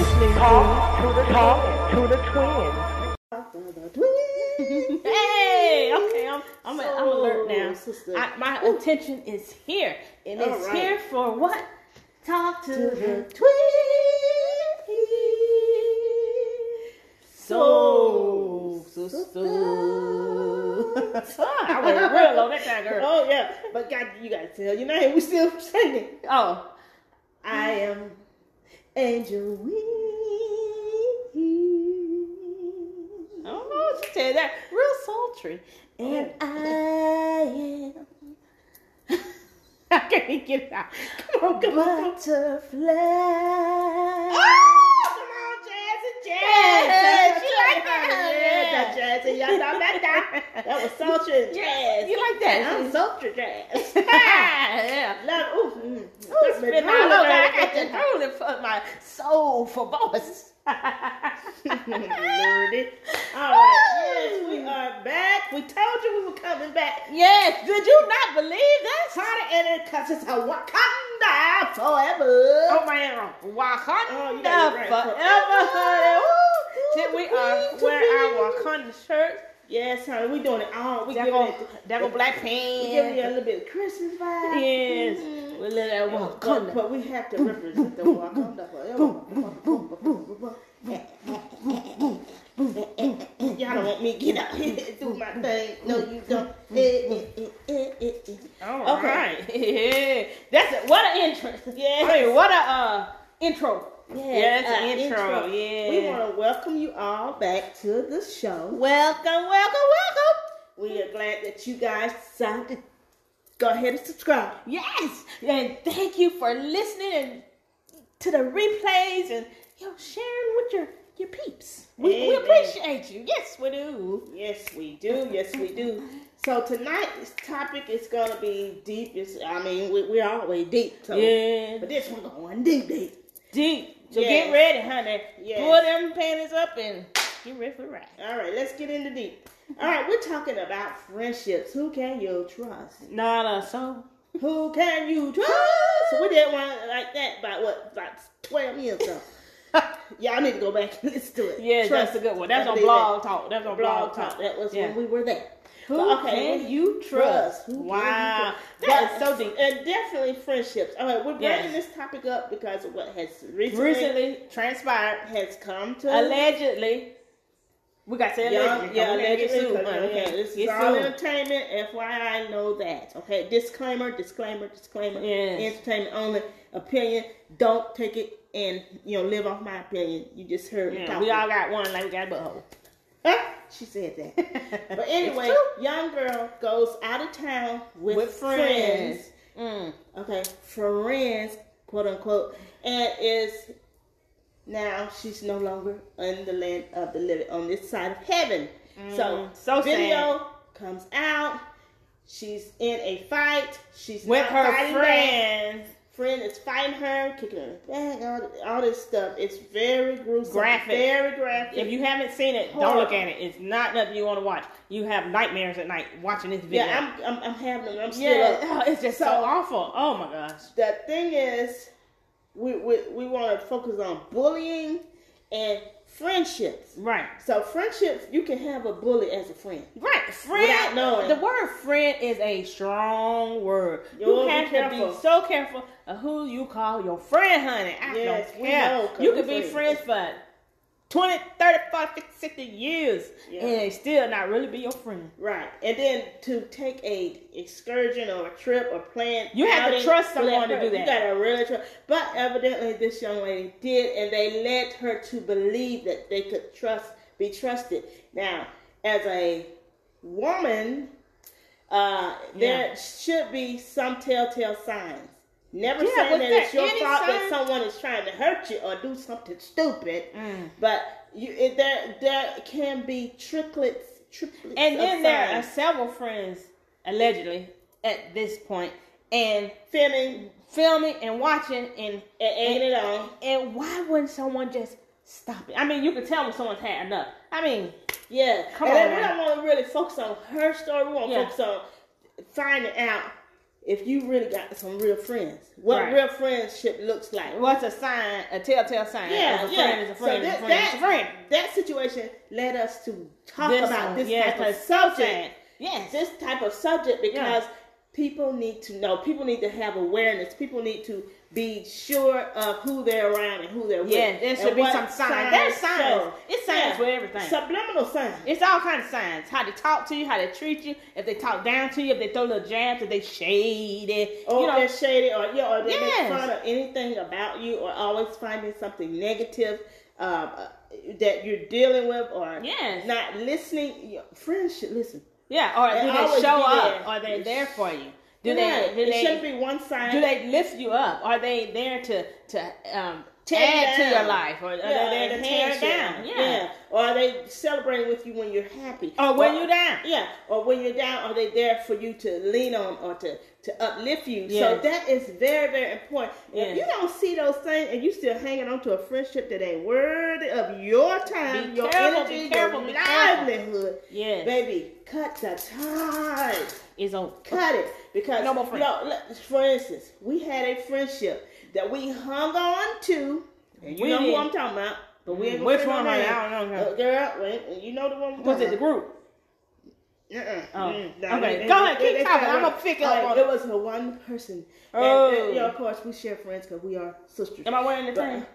Talk to the talk to the twins. Hey, okay, I'm I'm, a, I'm alert now. sister. I, my attention is here, and it's Alright. here for what? Talk to the twin soul sister. I went real on that time, girl. Oh yeah, but God, you gotta tell your name. We still singing. Oh, I am Angel Wee. oh, she said that real sultry, Oh. and I am. I can't get it out. Come on, come on, come on. Butterfly. Ah, Come on, Jazzy, Yes, Jazz. she You like that. Yeah, that jazz. Yeah, da, da, da. That was sultry and jazz. You like that? I'm sultry jazz. yeah. Love, ooh, mm, Ooh, it's been all over. I got the drooling for my soul for boss. Nerdy. All right, yes, we are back. We told you we were coming back. Yes, did you not believe this? Tana and it because it's a Wakanda forever. Oh man, Wakanda Oh, you got it right. forever, honey. Woo. See, we are wearing our Wakanda shirts. Yes, honey, we doing it all. We giving Devil, it, devil black we giving it a pants. little bit of Christmas vibe. Yes, we let that But- But, Wakanda. we have to represent the Wakanda forever. Y'all don't want me to get out here and do my thing. No, you don't. Eh, eh, eh, eh, eh, eh. All right. Yeah. That's it. What an entrance. Yeah. I mean, what a uh, intro. Yeah, that's uh, an intro. Yeah. We want to welcome you all back to the show. welcome, welcome, welcome. We are glad that you guys decided to go ahead and subscribe. Yes. And thank you for listening and to the replays and you know, sharing with your your peeps. We, we Amen. appreciate you. Yes, we do. Yes, we do. Yes, we do. So tonight's topic is gonna be deep. It's, I mean, we, we're always deep. So, Yeah. but this one going deep, deep. Deep. So Yes. get ready, honey. Yes. Pull them panties up and get ready for the ride. All right, let's get into deep. All right, we're talking about friendships. Who can you trust? Not a soul. Who can you trust? So we did one like that about what, about twelve years ago. Y'all need to go back and listen to it. Yeah, Trust that's a me. good one. That's I on believe that. blog talk. That's on blog talk. That was Yeah. when we were there. Who But okay, can we- you trust? Who can you Wow, trust? that is But- so deep. And definitely friendships. All right, we're bringing Yes. this topic up because of what has recently, Recently, transpired has come to allegedly, we got to say Young, allegedly. yeah, Come on, allegedly. get sued, 'cause, honey. okay, this is Get all sued. entertainment. FYI, know that. Okay, disclaimer, disclaimer, disclaimer. Yes. Entertainment only. Opinion. Don't take it and you know live off my opinion. You just heard me Yeah, talking. we all got one, like we got a butthole. she said that. But anyway, It's true. young girl goes out of town with, With friends. Mm. friends. Okay, friends, quote unquote, and is now she's no longer in the land of the living on this side of heaven. So, Mm, so video comes out. She's in a fight. She's With not her fighting back. friends, Friend is fighting her, kicking her back, all, all this stuff. It's very gruesome, Graphic. very graphic. if you haven't seen it, don't Horrible. look at it. It's not nothing you want to watch. You have nightmares at night watching this video. yeah, I'm, I'm, I'm having them. I'm still Yeah, up. oh, it's just so, So- awful. Oh my gosh. the thing is, we we, we want to focus on bullying and friendships. Right. So friendships, you can have a bully as a friend. Right, Without friend. knowing. The word friend is a strong word. Yo, you be have to careful. be so careful of who you call your friend, honey. I Yes, don't we care. know, 'cause you we could be friends. friends for 20, 30, 40, 50, 60 years Yeah. and they still not really be your friend. Right. And then to take a excursion or a trip or plan, You have to outing, trust someone to let her- do You that. gotta really trust. But evidently, this young lady did, and they led her to believe that they could trust, be trusted. Now, as a woman, uh, there Yeah. should be some telltale signs. Never Yeah, saying was that it's there your any fault that sign- someone is trying to hurt you or do something stupid, Mm. but you, it, there there can be tricklets, triplets, And of then there are signs. several friends, allegedly, at this point, and filming filming and watching and and egging it on. and why wouldn't someone just stop it? I mean, you can tell when someone's had enough. I mean, Yeah, Come and on we now. don't want to really focus on her story. We want to Yeah. focus on finding out if you really got some real friends, what Right. real friendship looks like. What's a sign, a telltale sign? Yeah, of a yeah. friend is a So friend. is that, a friend is that- a friend. that situation led us to talk This about one, this yes, type of so sad. subject. Yes. This type of subject because people need to know. People need to have awareness. People need to be sure of who they're around and who they're with. Yeah, there should and be what some signs. There's signs. show. It's signs for everything. Subliminal signs. It's all kinds of signs. How they talk to you, how they treat you, if they talk down to you, if they throw little jabs, if they shade it. Or you know, they're shady, or yeah, or they Yes. make fun of anything about you, or always finding something negative um, uh, that you're dealing with, or Yes. not listening. Your friends should listen. yeah, or they do always they show be up? there. Are they there for you? Do they? Right. Do it shouldn't they? be one side. Do they lift you up? Are they there to to um, Tear add to down. your life, or are they Yeah, there and to tear it enhance you. down? uh, Yeah. Or are they celebrating with you when you're happy? Or when you're down. Yeah. Or when you're down, are they there for you to lean on or to, to uplift you? Yes. So that is very, very important. Yes. If you don't see those things and you still hanging on to a friendship that ain't worthy of your time, Be your careful, be energy, careful, be your careful. livelihood, Yes. baby, cut the ties It's on. cut it because No more friends. yo, look, for instance, we had a friendship that we hung on to, and you We know who did. I'm talking about. But we ain't gonna Which say no one, honey? name. I don't know, girl. Uh, girl, wait, you know the one. Was it the group? Uh-uh. Oh, Mm, nah, okay. they- Go they- ahead, they- keep they talking. found I'ma out. pick up Like, on it. it. was her one person. Oh. And, and, you know, of course, we share friends because we are sisters. Am I wearing the But- thing?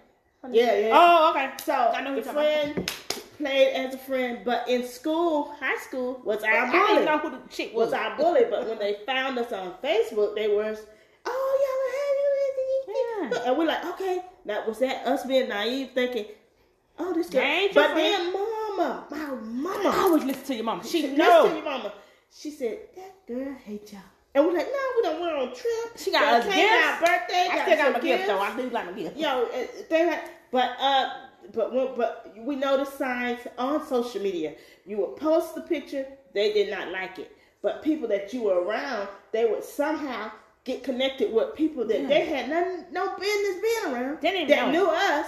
Yeah, yeah. Oh, okay. So I know who the you're talking friend played as a friend, but in school, high school, was our I bully didn't know who the chick was. was our bully, but when they found us on Facebook, they were, oh, y'all are having this, Yeah. And we're like, okay, now was that us being naive thinking, oh, this girl. That ain't your But friend. then mama, my mama, I always listen to your mama. She listen knows. to your mama. She said, that girl hate y'all. And we're like, no, we don't went on a trip. She got us They came gifts. our birthday. I still got us my a gift gift. though. I do like my gift. Yo, uh, they had, but uh, but when, but we know the signs on social media. You would post the picture, they did not like it. But people that you were around, they would somehow get connected with people that they had none, no business being around. They didn't that know. knew us,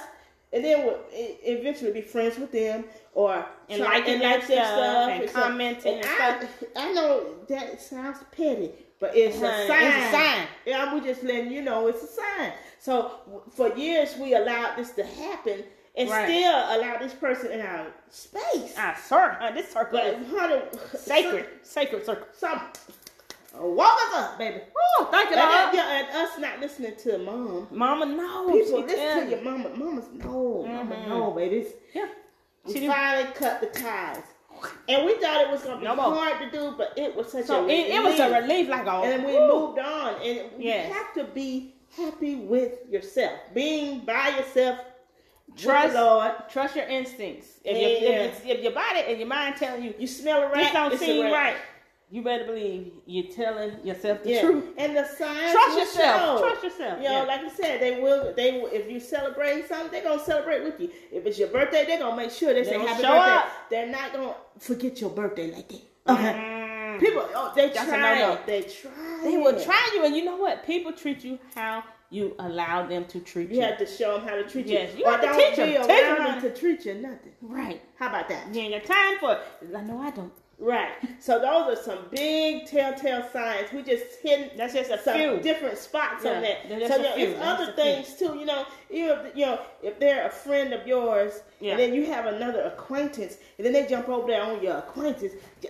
and then would e- eventually be friends with them or And try- liking their like their stuff and stuff. commenting And and I, stuff. I know that sounds petty, but it's Honey, a sign. it's a sign. Yeah, we're just letting you know it's a sign. So w- for years we allowed this to happen and Right. still allow this person in our space. Ah, sir, uh, this circle but is honey, sacred, sacred circle. Some, some woke us up, baby. Oh, thank you, And, that- Lord. yeah, and us not listening to mom. Mama knows. People She tell listen to you. your mama. Mama's no, Mhm. mama, no, baby. It's- Yeah. She We do. finally cut the ties. And we thought it was gonna be No more. hard to do, but it was such So a it, it was a relief. relief, like a. and we woo. moved on. And you Yes. have to be happy with yourself, being by yourself. Trust- with the Lord. Trust your instincts. If, your, if, your- if your body and your mind telling you You smell a rat. this don't it's a seem rat. right, you better believe you're telling yourself the Yeah. truth. And the signs. Trust will yourself. show. Trust yourself. You Yeah. know, like you said, they will. They will, if you celebrate something, they're gonna celebrate with you. If it's your birthday, they're gonna make sure they, say gonna happy show birthday. up. They're not gonna forget your birthday like that. Okay. Mm. People, oh, they That's a try. no-no. it. They try. They will it. try you, and you know what? People treat you how you allow them to treat you. You have to show them how to treat you. Yes, you or have to don't teach 'em. be Teach 'em around how to treat you nothing. Right. How about that? You ain't got time for it. I know I don't. Right. So those are some big telltale signs. We just hidden. That's just a some few. different spots Yeah, on that. there's so a there few, is there's a other few. things too. You know, you know, you know, if they're a friend of yours, Yeah. and then you have another acquaintance, and then they jump over there on your acquaintance. y-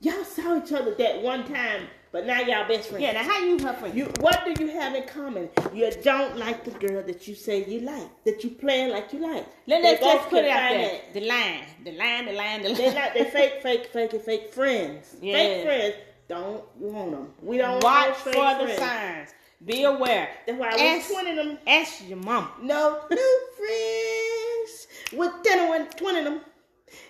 Y'all saw each other that one time, but now y'all best friends. Yeah. Now how you help me? You, what do you have in common? You don't like the girl that you say you like, that you play like you like. Let, They let's both just put it out combine there. that. The line, the line, the line, the line. They're not. They're fake, fake, fake, and fake friends. Yes. Fake friends. Don't want them. We don't Watch want for fake the friends. signs. Be aware. That's why I Ask- was twenty of them. Ask your mama. No new friends. With ten and twenty of them.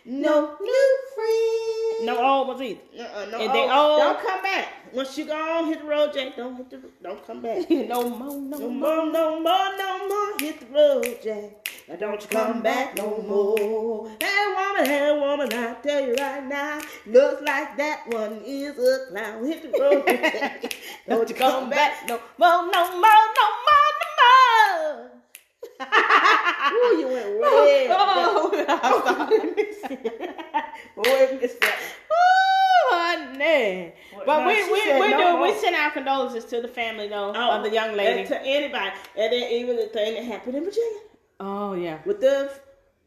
No new friends. No old ones either. Uh-uh, no. If they old- old- Don't come back. Once you go on, hit the road, Jack. Don't hit the. Don't come back. no more, no No more. more, no more, no more. Hit the road, Jack. Now don't you come back no more. Hey woman, hey woman, I tell you right now, looks like that one is a clown. Hit the road, Jack. Don't you come back no more, no more, no more, no more. Ooh, you went way. Oh, Boy, it's that. oh, honey. Boy, But No, we she we said we no do we more. send our condolences to the family though Oh, of the young lady. and to anybody, and then even the thing that happened in Virginia oh yeah, with the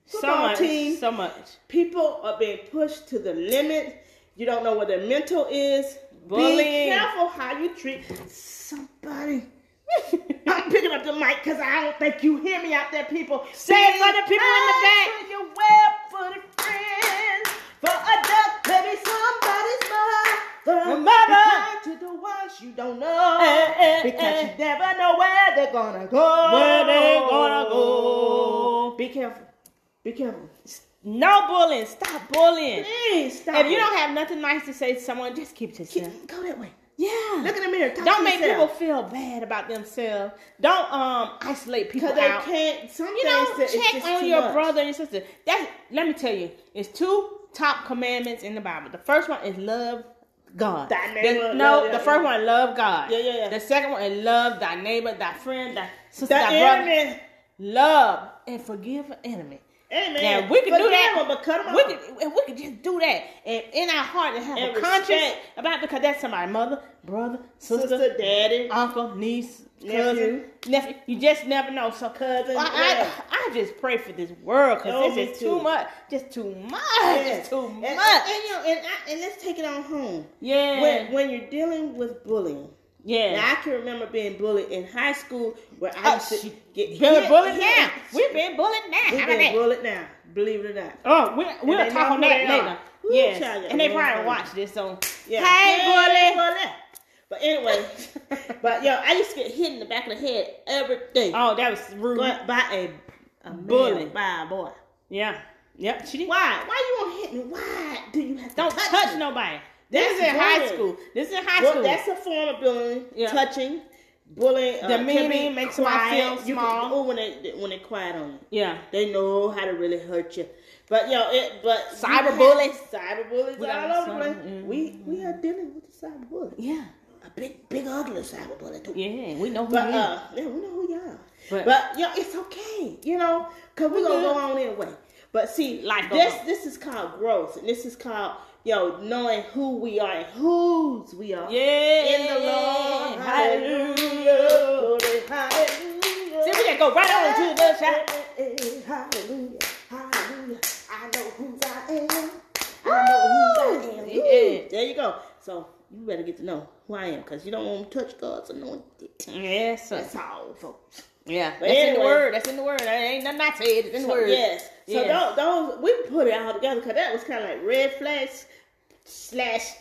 so football much, team. so much. people are being pushed to the limit. You don't know what their mental is. Be Bullying. careful how you treat somebody. I'm picking up the mic because I don't think you hear me out there, people. Say it for the people in the back. For your web-footed friends, for a duck, maybe somebody's mother. Your mother. Be kind to the ones you don't know, Eh, eh, because eh. you never know where they're gonna go. Where they gonna go. Be careful. Be careful. No bullying. Stop bullying. Please stop. If you it. don't have nothing nice to say to someone, just keep it to yourself. go that way. Yeah. Look in the mirror. Talk Don't to make yourself. people feel bad about themselves. Don't um isolate people because they out. can't. Some you things know, that it's check just on too your much. brother and your sister. That's let me tell you, it's two top commandments in the Bible. The first one is love God. Thy The- neighbor, no, yeah, the yeah, first yeah. one love God. Yeah, yeah, yeah. The second one is love thy neighbor, thy friend, thy sister, The thy brother. enemy. Love and forgive an enemy. Amen. Now we can Forgive do that. Them, but cut them we off. could, if we could just do that, and in our heart, and have And a conscience respect. about because that's somebody's mother, brother, sister, Sister, daddy. uncle, niece, Nephew. cousin, nephew. You just never know. So, Cousin, I, I, yeah. I just pray for this world because Oh, me this is too. too much. Just too much. Yes. Just too and, much. And, and, you know, and, I, and let's take it on home. yeah. When, when you're dealing with bullying, now yeah. I can remember being bullied in high school where I Oh, used to she- get Been hit, bullied hit. now. We've been bullied now. We've How been about that? bullied now. Believe it or not. Oh, we, we'll they talk on know who that they later. are. Woo, yes. child, and they yeah, probably yeah. watch this on. Yeah. Hey, bully. But anyway, but yo, I used to get hit in the back of the head every day. Oh, that was rude. But by a, a Bully. bully, by a boy. Yeah. Yep. She did. Why? Why you want to hit me? Why do you have to Don't touch, touch, me? nobody. That's This is in high bullying. school. This is in high Well, school. that's a form of bullying. Yeah. Touching, bullying, uh, Demeaning, can be makes somebody quiet. feel You small. Can, oh, when they when they quiet on you, yeah. they know how to really hurt you. But yo, it but you Cyber have- bullies. cyber bullies We got all over the place. some, mhm. We we are dealing with the cyber bully, Yeah. a big big ugly cyber bully. too. Oh, Yeah. We know who But you uh, yeah, we know who y'all. But- But, but yeah, it's okay, you know, cause we're gonna go on anyway. But see, Life like goes this, on. this is called growth, and this is called yo knowing who we are and whose we are. Yeah. in the Lord, Hallelujah. hallelujah, glory, hallelujah. See, we just go right on to the shot. shot. Hallelujah, hallelujah. I know who I am. I know who I am. Woo! Woo. Yeah. There you go. So you better get to know who I am, cause you don't want to touch God's anointed. Yes, sir. That's all, folks. Yeah. But That's in the anyway. word. That's in the word. That ain't nothing I said. It's in the So, word. yes. So Yes. those, those we put it all together because that was kind of like red flags slash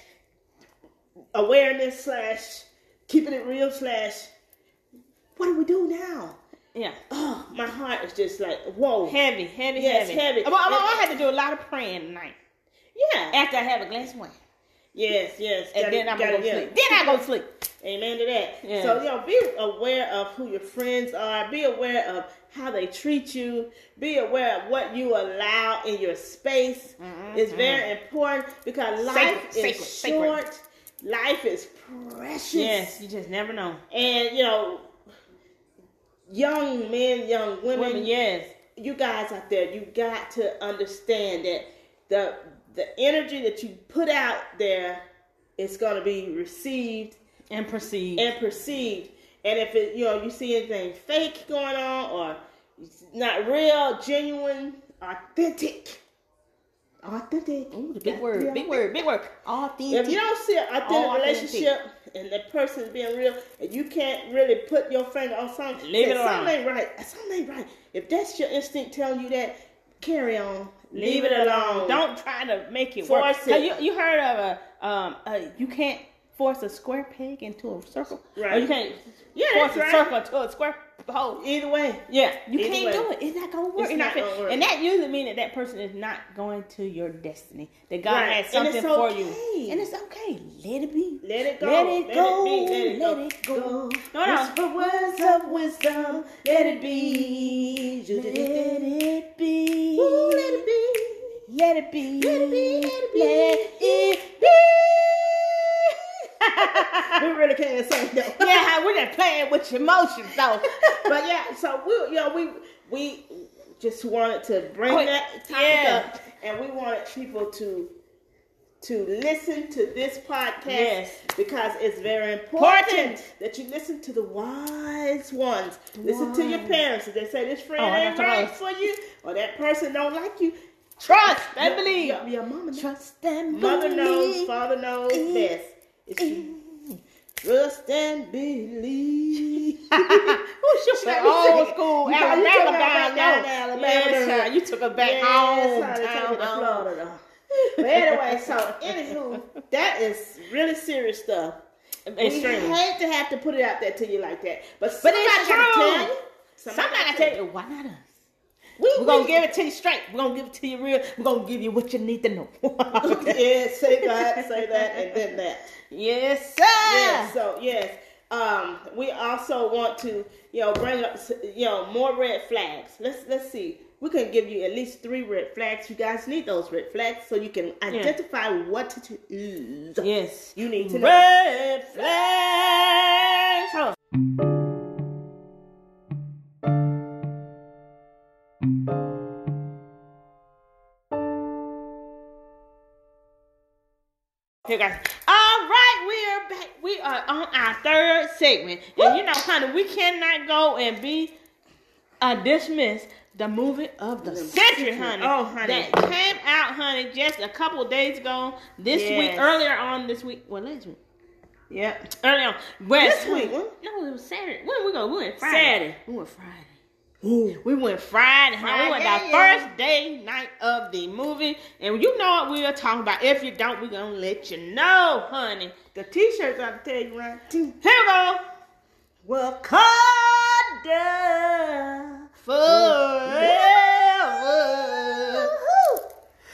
awareness slash keeping it real slash. What do we do now? Yeah. Oh, my heart is just like whoa. Heavy, heavy, Yes, heavy. heavy. I'm, I'm, And- I had to do a lot of praying tonight yeah. after I have a glass of wine, Yes. Yes. and Gotta- then I'm gotta- gonna go yeah. sleep. Then I go sleep. Amen to that. Yeah. So you know, be aware of who your friends are. Be aware of how they treat you. Be aware of what you allow in your space. It's very important because life Sacred, is sacred, sacred. short. Life is precious. Yes. You just never know. And you know, young men, young women, Women, yes. you guys out there, you got to understand that the the energy that you put out there is going to be received And proceed. and perceived. And if it, you know, you see anything fake going on or it's not real, genuine, authentic, authentic. Ooh, the big word, big word, big word. Authentic. If you don't see an authentic All authentic. relationship and the person being real, and you can't really put your finger on something, Leave then it alone. Something ain't right. Something ain't right. If that's your instinct telling you that, carry on. Leave it alone. Don't try to make it work. Force Now, it. You, you heard of a um a, you can't force a square peg into a circle. Or Right. you can't Yeah, force that's a right. circle into a square hole. Either way, Yeah, you Either can't way. do it. It's not gonna work. It's not not gonna- gonna work. And that usually means that that person is not going to your destiny. That God Right. has And something it's for okay. you, and it's okay. Let it be. let it go. Let it go. be. Let it go. No, no. Whisper words of wisdom. Let it be. Let it be. Ooh, let it be. Let it be. Let it be, let it be. Let it be. We really can't sing that. yeah, we're just playing with your emotions though. but yeah, so we, you know, we we just wanted to bring Oh, that topic yeah. up, and we wanted people to to listen to this podcast Yes. because it's very important, Important. that you listen to the wise ones. Listen to your Wise. parents. If they say this friend Oh, I ain't got right yours. for you, or that person don't like you, Trust and your- believe. Your, your mama knows. Trust and Mother knows, believe. Eh, father knows best. It's you. Trust and believe. Who's your Let favorite me see. old school You took- you Alabama? took her back Alabama, down Alabama. to Alabama, Yes, didn't sir. You took her back Yes, home. honey, take town it to home. Florida. But anyway, so anywho, that is really serious stuff. Extremely. We hate to have to put it out there to you like that, but But somebody it's gotta tell true. you. Somebody tell you, why not us? We, We're we- going to give it to you straight. We're going to give it to you real. We're going to give you what you need to know. Yeah, say that, say that, and then that. Yes, sir. Yes. So yes, um, we also want to you know bring up you know more red flags. Let's let's see. We can give you at least three red flags. You guys need those red flags so you can identify what it is Yes. you need to know. Red flags. Hold on. Here, guys. All right, we are back. We are on our third segment, and you know, honey, we cannot go and be uh, dismiss the movie of the century, honey. Oh, honey. that came out, honey, just a couple of days ago. This Yes. week, earlier on this week, well, last week, Yep. earlier on West This week, what? No, it was Saturday. When we go? We went Friday. Saturday. We went Friday. We went Friday, honey. We went our Friday, yeah. first day night of the movie, and you know what we are talking about. If you don't, we're gonna let you know, honey. The T-shirts I'll tell you right. Too. Here we go. Wakanda. Forever.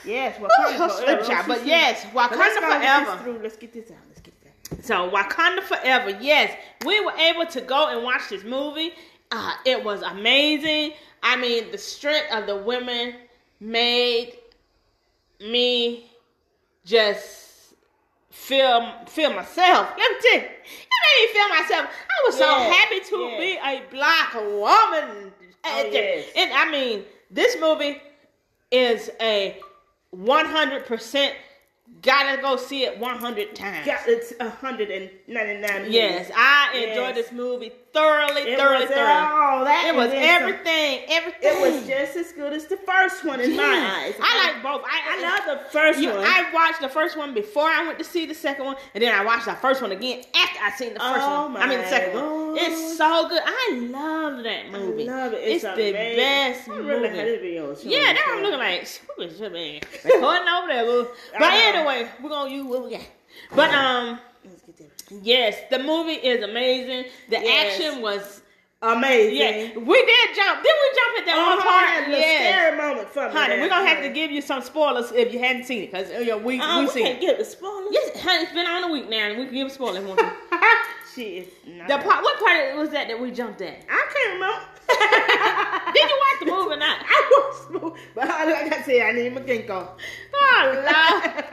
Yes, Ooh, Wakanda her forever. slip chop, but She's- yes, But let's Wakanda go and get this forever. through. Let's get this out. Let's get that. So Wakanda Forever, yes, we were able to go and watch this movie. Uh, it was amazing. I mean, the strength of the women made me just feel feel myself. Let me tell you, it made me feel myself. I was so Yes, happy to yes. be a black woman. Oh, yes. And I mean, this movie is a one hundred percent. Gotta go see it one hundred times. Yeah, it's 199. Yes, I enjoyed Yes. this movie thoroughly, It thoroughly, was thoroughly. all that. It and was then some. everything, everything. It was just as good as the first one in my eyes. Yes. I like both. I, I love the first you- one. I watched the first one before I went to see the second one, and then I watched the first one again after I seen the first Oh one. I mean the my second one. Lord. It's so good. I love that movie. love it. It's, the amazing. best I movie. really had it be on show. yeah, now I'm looking like we was just being recording over there. boo. But I know. anyway, we're gonna use what we got. But um, Let's get that. yes, the movie is amazing. The Yes. action was Amazing. Yeah, we did jump. Did we jump at that Oh, one part, part? the Yeah, scary moment for me. honey, there, we're gonna have to honey. give you some spoilers if you hadn't seen it, cause you know, we Uh, we we seen can't it. give the spoilers. Um, Yes, honey, it's been on a week now, and we can give spoilers. Won't we? she is not. the part, what part was that that we jumped at? I can't remember. Did you watch the movie or not? I was smooth, but like I said, I need my ginkgo. Oh Lord!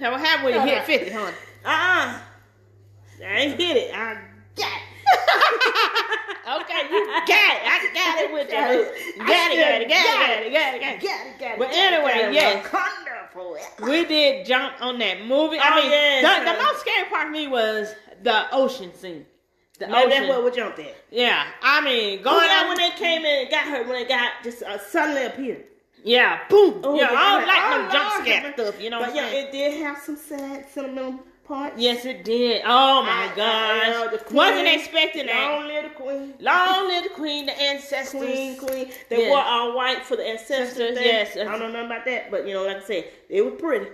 Now what happened when you hit fifty, honey? Uh Uh-uh. uh I ain't hit it. I got it. Okay, you got it. I got it with you. Got it. Got it, got it, got it, got it, got it, got it. Got it, got it. But got it, anyway, got it. yes. Wakanda forever. We did jump on that movie. Oh, I mean, yes, the, the honey. most scary part for me was the ocean scene. The Maybe ocean. that's what we jumped at. yeah, I mean, Oh, going yeah, out when with they it. came in and got her, when they got just uh, suddenly appeared. Yeah, boom. Oh, yeah, God, I I'm don't like oh, no jump Lord, scare have stuff. You know what But I'm yeah, saying? it did have some sad, sentimental parts. yes, it did. Oh my I- I- I know, gosh, the queen. wasn't expecting that. Long live the queen. Long live the queen, the ancestors. Queen, queen. They Yes. wore all white for the ancestor Sisters, thing. yes. I don't know nothing about that, but you know, like I said, they were pretty.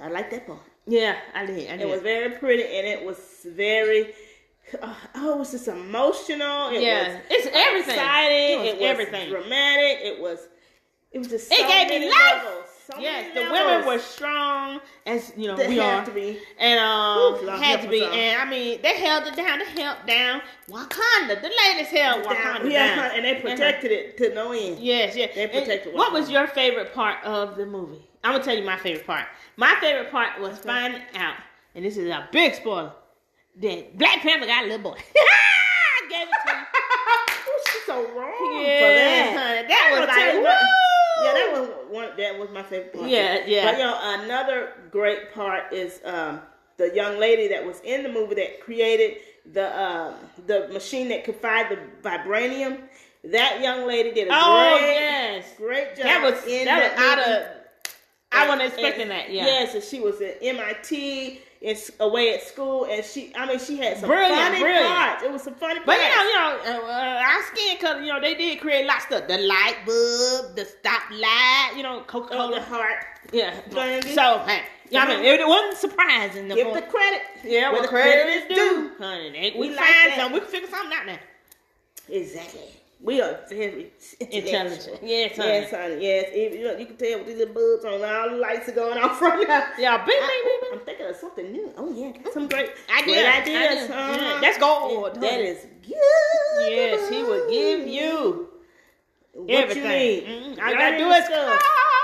I like that part. Yeah, I did. I did. It was very pretty, and it was very. Oh, it was just emotional. It Yeah. was It's everything. Exciting. It was everything. Dramatic. It was. It was just. it so gave many me life. levels, so yes, the many women were levels strong, as you know that we had are. to be. and um, Ooh, Lord, had help to be. us all. And I mean, they held it down. They held down Wakanda. The ladies held Wakanda yeah, down. and they protected it to no end. Yes, yes. They And protected What was Wakanda. your favorite part of the movie? I'm gonna tell you my favorite part. My favorite part was finding out, and this is a big spoiler, that Black Panther got a little boy. I gave it to you. Oh, she's so wrong Yes, for that. honey. That I'm was gonna like, tell you what- woo! yeah, that was one one that was my favorite part. Yeah, yeah. But you know, another great part is um, the young lady that was in the movie that created the uh, the machine that could fire the vibranium. That young lady did a Oh great, yes, great job. that was in that was out movie. of. I wasn't And- expecting and- that. Yeah. Yes, and she was at MIT. It's away at school, and she—I mean, she had some Brilliant, funny brilliant. parts. It was some funny But you parts. know, you know, uh, uh, our skin color, you know, they did create lots of stuff. The light bulb, the stop light, you know, Coca oh, the Cola. heart. Yeah. Brandy. So, hey, you know, what I mean, it wasn't surprising. The Give whole- the credit. yeah, where what the credit, credit is is due, honey. They- we We like find that. something. We can figure something out now. Exactly. We are very Intelligent. Yes, honey. Yes, honey. Yes. Even, you, know, you can tell with these little bulbs on, all the lights are going off right now. Yeah, Mm. bing, bing, I, bing, bing. am thinking of something new. Oh yeah, got some great Idea, great idea. ideas. huh? Yeah, that's gold, That honey. is good. Yes, he will give you what everything. You need. Mhm. All I you gotta do is call.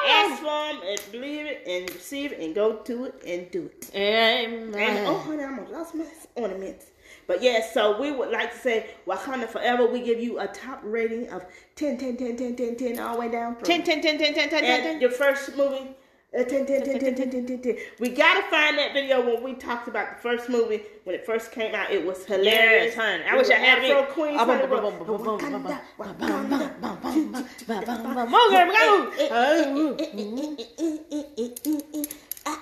ask for him and believe it and receive it and go to it and do it. And, oh, Amen. honey, I'm gonna lost my ornaments. But yes, so we would like to say Wakanda forever. We give you a top rating of 10, 10, 10, 10, 10, 10, all the way down. From 10, 10, 10, 10, 10, 10, 10, And your first movie. uh, 10, 10, 10, 10, 10, 10, 10, 10. We gotta find that video when we talked about the first movie when it first came out. It was hilarious, Yes, honey. I wish I had Afro it. Queens. Ah, honey, boom, boom, was, boom, boom, boom, boom, Wakanda, boom, Wakanda. boom, boom, boom, boom, boom, boom, boom. Move, girl, go. Eh,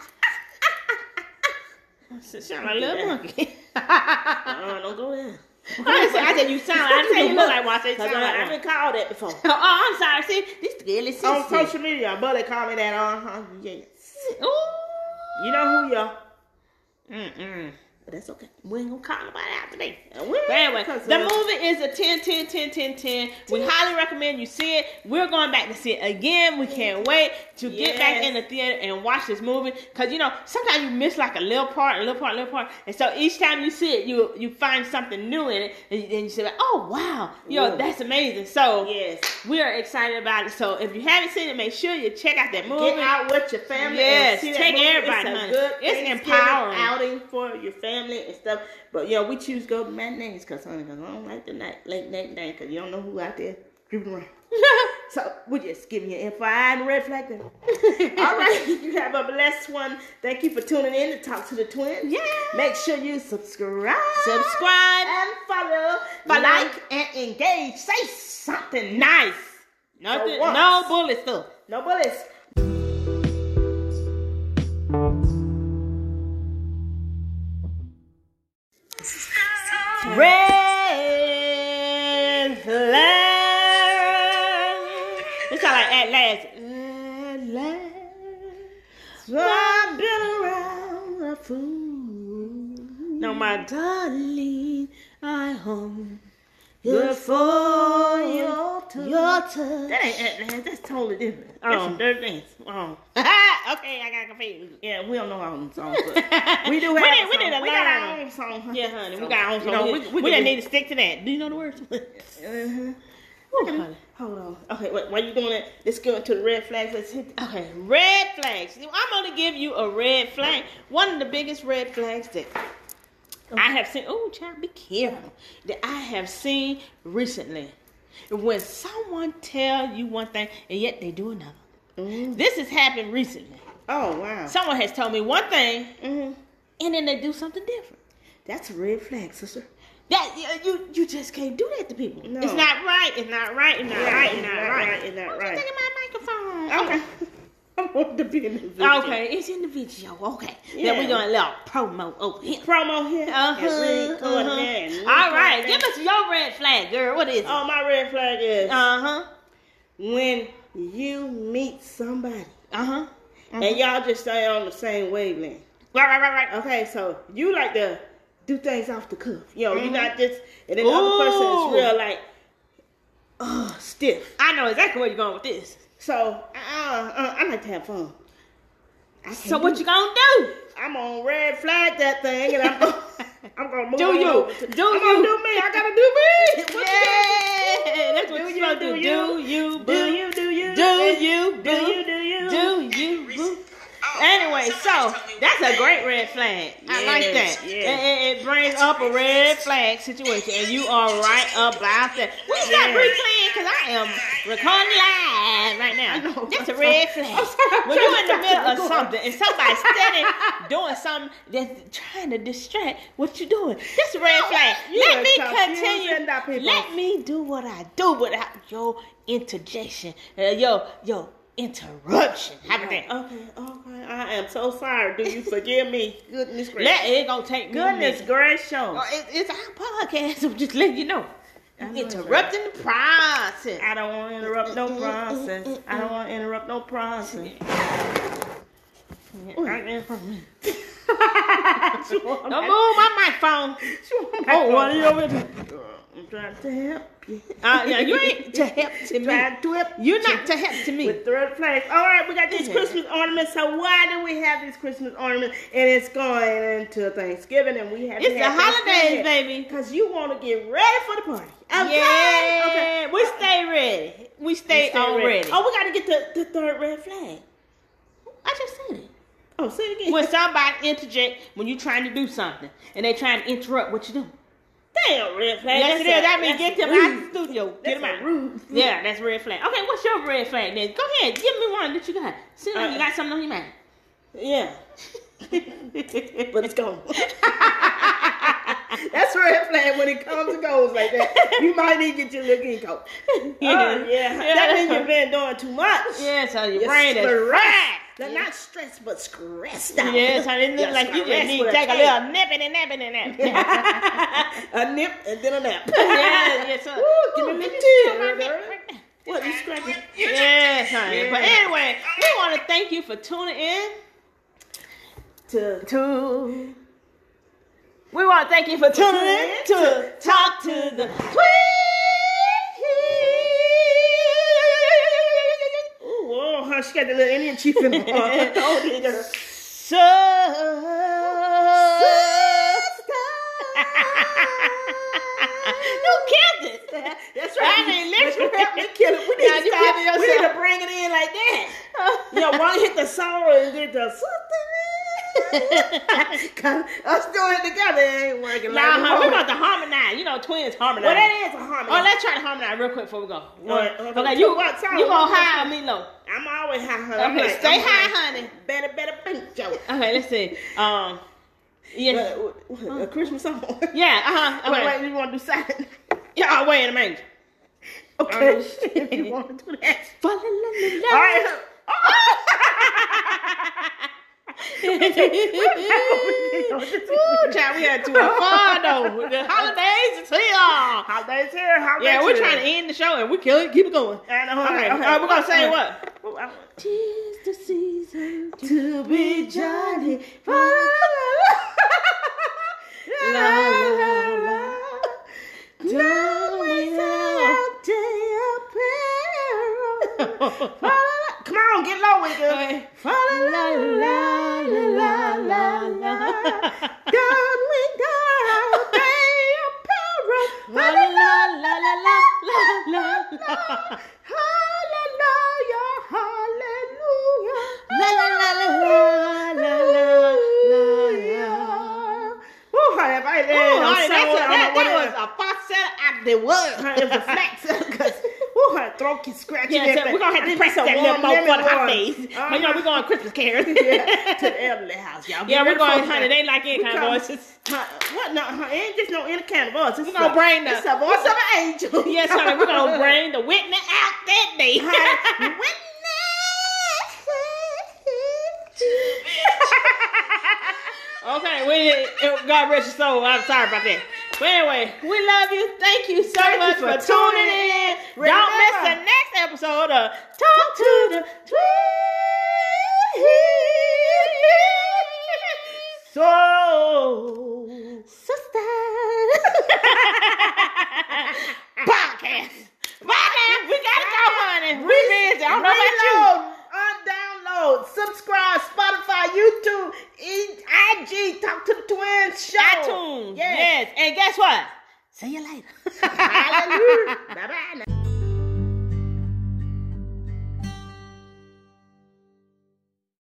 eh, Sound like a little monkey. Uh, don't go there. I said, I said you sound. I said you look like one. I said you Cause sound I, I've like one. been called that before. Oh, oh, I'm sorry. See, this girl is on sister. social media, but they call me that. Uh huh. Yes. Ooh. You know who you are, Mm-mm. but that's okay. We ain't gonna call nobody out today. And we- But anyway, because the we- movie is a 10, 10, 10, 10, 10. We highly recommend you see it. We're going back to see it again. We can't wait to get back Yes. in the theater and watch this movie. Cause you know, sometimes you miss like a little part, a little part, a little part. And so each time you see it, you you find something new in it. And you, and you say, like, oh wow, yo, Ooh. that's amazing. So Yes. we are excited about it. So if you haven't seen it, make sure you check out that movie. Get out with your family. Yes, and see that take movie. everybody, It's honey. a good, It's Thanksgiving empowering. outing for your family and stuff. But yeah, we choose go to matinees because honey, 'cause I don't like the night late night night because you don't know who out there creeping around. So we're just giving you FYI and red flag. there. All right, you have a blessed one. Thank you for tuning in to Talk to the Twins. Yeah. Make sure you subscribe. Subscribe. and follow, Follow. like and engage. Say something nice. Nice. Nothing, once. no bullet stuff. No bullets. Red flag. It sound like at last. At last. So I've been around a fool. No, my darling, I hung Good for your Oh, your touch. That touch. That ain't Atlas. That's totally different. Um, Oh. That's some dirty things. Oh. okay, I got confused. Yeah, we don't know our own songs, but we do have we our did, we did song. a We got line. our own song. huh? Yeah, honey, we So, got our own song. You know, we, we, just- we, we Mm-hmm. just can- need to stick to that. Do you know the words? Uh-huh. Ooh, honey. Hold on. Okay, wait, while you doing that, let's go into the red flags. Let's hit the Okay, red flags. I'm gonna give you a red flag. One of the biggest red flags that I have seen. Oh, child, be careful. That I have seen recently. When someone tell you one thing and yet they do another. Mm. This has happened recently. Oh, wow. Someone has told me one thing hmm and then they do something different. That's a red flag, sister. That uh, you you just can't do that to people. No. It's not right. It's not right. It's not Yeah, right. it's It's not not right. right, it's not Why don't you right. take my microphone. Okay. I want to be in the video. Okay, it's in the video. Okay, then Yeah. we doing a little promo over here. Promo here. Uh-huh, And uh-huh. record that and All right, record give that. us your red flag, girl. What is it? Uh-huh, Uh Oh, my red flag is huh. when you meet somebody Uh huh. and y'all just stay on the same wavelength. Right, right, right, right. Okay, so you like to do things off the cuff. You know, you're not just, and then the Mm-hmm. Ooh. other person is real like, uh, stiff. I know exactly where you're going with this. So, uh, uh, I like to have fun. I can't So what do- you gonna do? I'm on red flag that thing, and I'm gonna, I'm gonna move Do on you? over to- Do I'm you? gonna do me. I gotta do me. What you gonna Yeah, that's what Do you're you, supposed to do do. you, you, Do boo. you? Do you? Do you, Do boo. you? Do you? Do you, boo. Anyway, so that's a great red flag. I Yeah, like that. yeah. It, it- it brings up a red flag situation, and you are right about that. We stop Yeah. replaying because I am recording live. flag right now. I know. That's a red flag. I'm sorry, I'm when you're in trying the to middle stop of the something and somebody's standing doing something that's trying to distract what you're doing, that's a red flag. You Let are me confusing the continue. people. Let me do what I do without your interjection. Uh, yo, yo, interruption. How about that? Okay, okay. I am so sorry. Do you forgive me? Goodness gracious. Let it gonna take me. a Goodness minute. gracious. Oh, it, it's our podcast. I'm just letting you know. I know it's Interrupting the process. I don't want to interrupt no process. I don't want to interrupt no process. Right there from me. She want Don't my- move my microphone. she want my Oh, one of phone. you over there. I'm trying to help you. Uh, yeah, you ain't to help to me. Trying to help You're not to help to me. with thread flags. All right, we got these Yeah. Christmas ornaments. So why do we have these Christmas ornaments? And it's going into Thanksgiving, and we have It's the holidays, baby. Because you want to get ready for the party. Okay. Yeah. Okay. We stay ready. We stay, Stay on ready. Oh, we got to get the, the third red flag. I just said it. Oh, say it again. When somebody interject when you're trying to do something and they trying to interrupt what you do. Damn, red flag. Yes, it is. That's a- That means that's get them rude. out of the studio. Get That's them out. a rude. Yeah, that's red flag. Okay, what's your red flag then? Go ahead, give me one that you got. Seems like you Uh, got something on your mind. Yeah. but it's gone. That's That's a red flag when it comes and goes like that. You might need to get your little geek coat. Oh, yeah. That means you've been doing too much. Yeah, so your You're brain is fried. stressed. Not stressed, but stressed out. Yeah, so it looks You're like you just stressed need with to take a K. little nip and a nap and a nap. a nip and then a nap. yeah, yeah, so. Woo, give Ooh, me did the you tea. feel my neck right now? What, you scratching? Yes, honey. Yeah. But anyway, we want to thank you for tuning in To, to. We want to thank you for tuning in to Talk to the Twin. Ooh, whoa, huh? She got the little Indian chief in her. oh, dear. girl. So. you killed it. That's right. I ain't listening. Help me kill it. We need Now to you stop. hear yourself. We need to bring it in like that. Yeah, one hit the sorrow and then the something. Us doing it together it ain't working. Nah, like hon, we home. about to harmonize. You know, twins harmonize. Well, that is a harmony. Oh, let's try to harmonize real quick before we go. right, okay. okay, you, Two what songs? you gonna high or me low? I'm always high, honey. I'm Okay, like- stay I'm high, like, honey. Better, better, pink joke. Okay, let's see. Um, Uh, yeah, what- what, a Christmas song. yeah, uh huh. Wait, Okay. wait, you want to do silent? Yeah, oh, wait a minute. Okay, Oh, if you want to do that. All right. All right. Ooh, child, we had too fun though. The holidays is here. Holidays here. Holidays Yeah, we're here. trying to end the show and we kill it. Keep it going. And, uh, Okay, okay, all right, we're gonna say okay. what? Well, I- Tis the season to be jolly. La, la, la, la, la, la. Don't we all day apparel. Fa la la- Come on, get low with Okay. it. Fa la la la la la la. Down we go, day apparel. Fa la la la la la la la. Hallelujah, hallelujah. La, la, la, la, la, la, la, la, la. Ooh, honey, if I Ooh, had no honey, that's a- soul, I don't that- know what that it was a falsetto out the word. Honey, it was a flat because ooh, her throat keeps scratching. Yeah, so we're gonna have to press that little more for the holidays. Uh, You know, we're going Christmas carols. yeah, Uh-huh. to the elderly house, y'all. Get Yeah, we're ready for going, it. honey. They like any We kind come- of voices. Huh, what? No, huh, ain't just no any kind of voice. It's We're gonna a- bring the- It's a voice of an angel. Yes, honey. We're gonna bring the Whitney out that day. Honey, okay, we it- God rest your soul. I'm sorry about that. But anyway, we love you. Thank you so Thank you much for for, tuning tuning in. in. Don't miss the Remember- next episode of Talk to the Twins. So, Sisters. Podcast. Podcast. We gotta go, honey. We busy. I don't know about you. Reload, Undownload, subscribe, Spotify, YouTube, E- IG, Talk to the Twins Show. iTunes. Yes. And guess what? See you later. Hallelujah. Bye bye.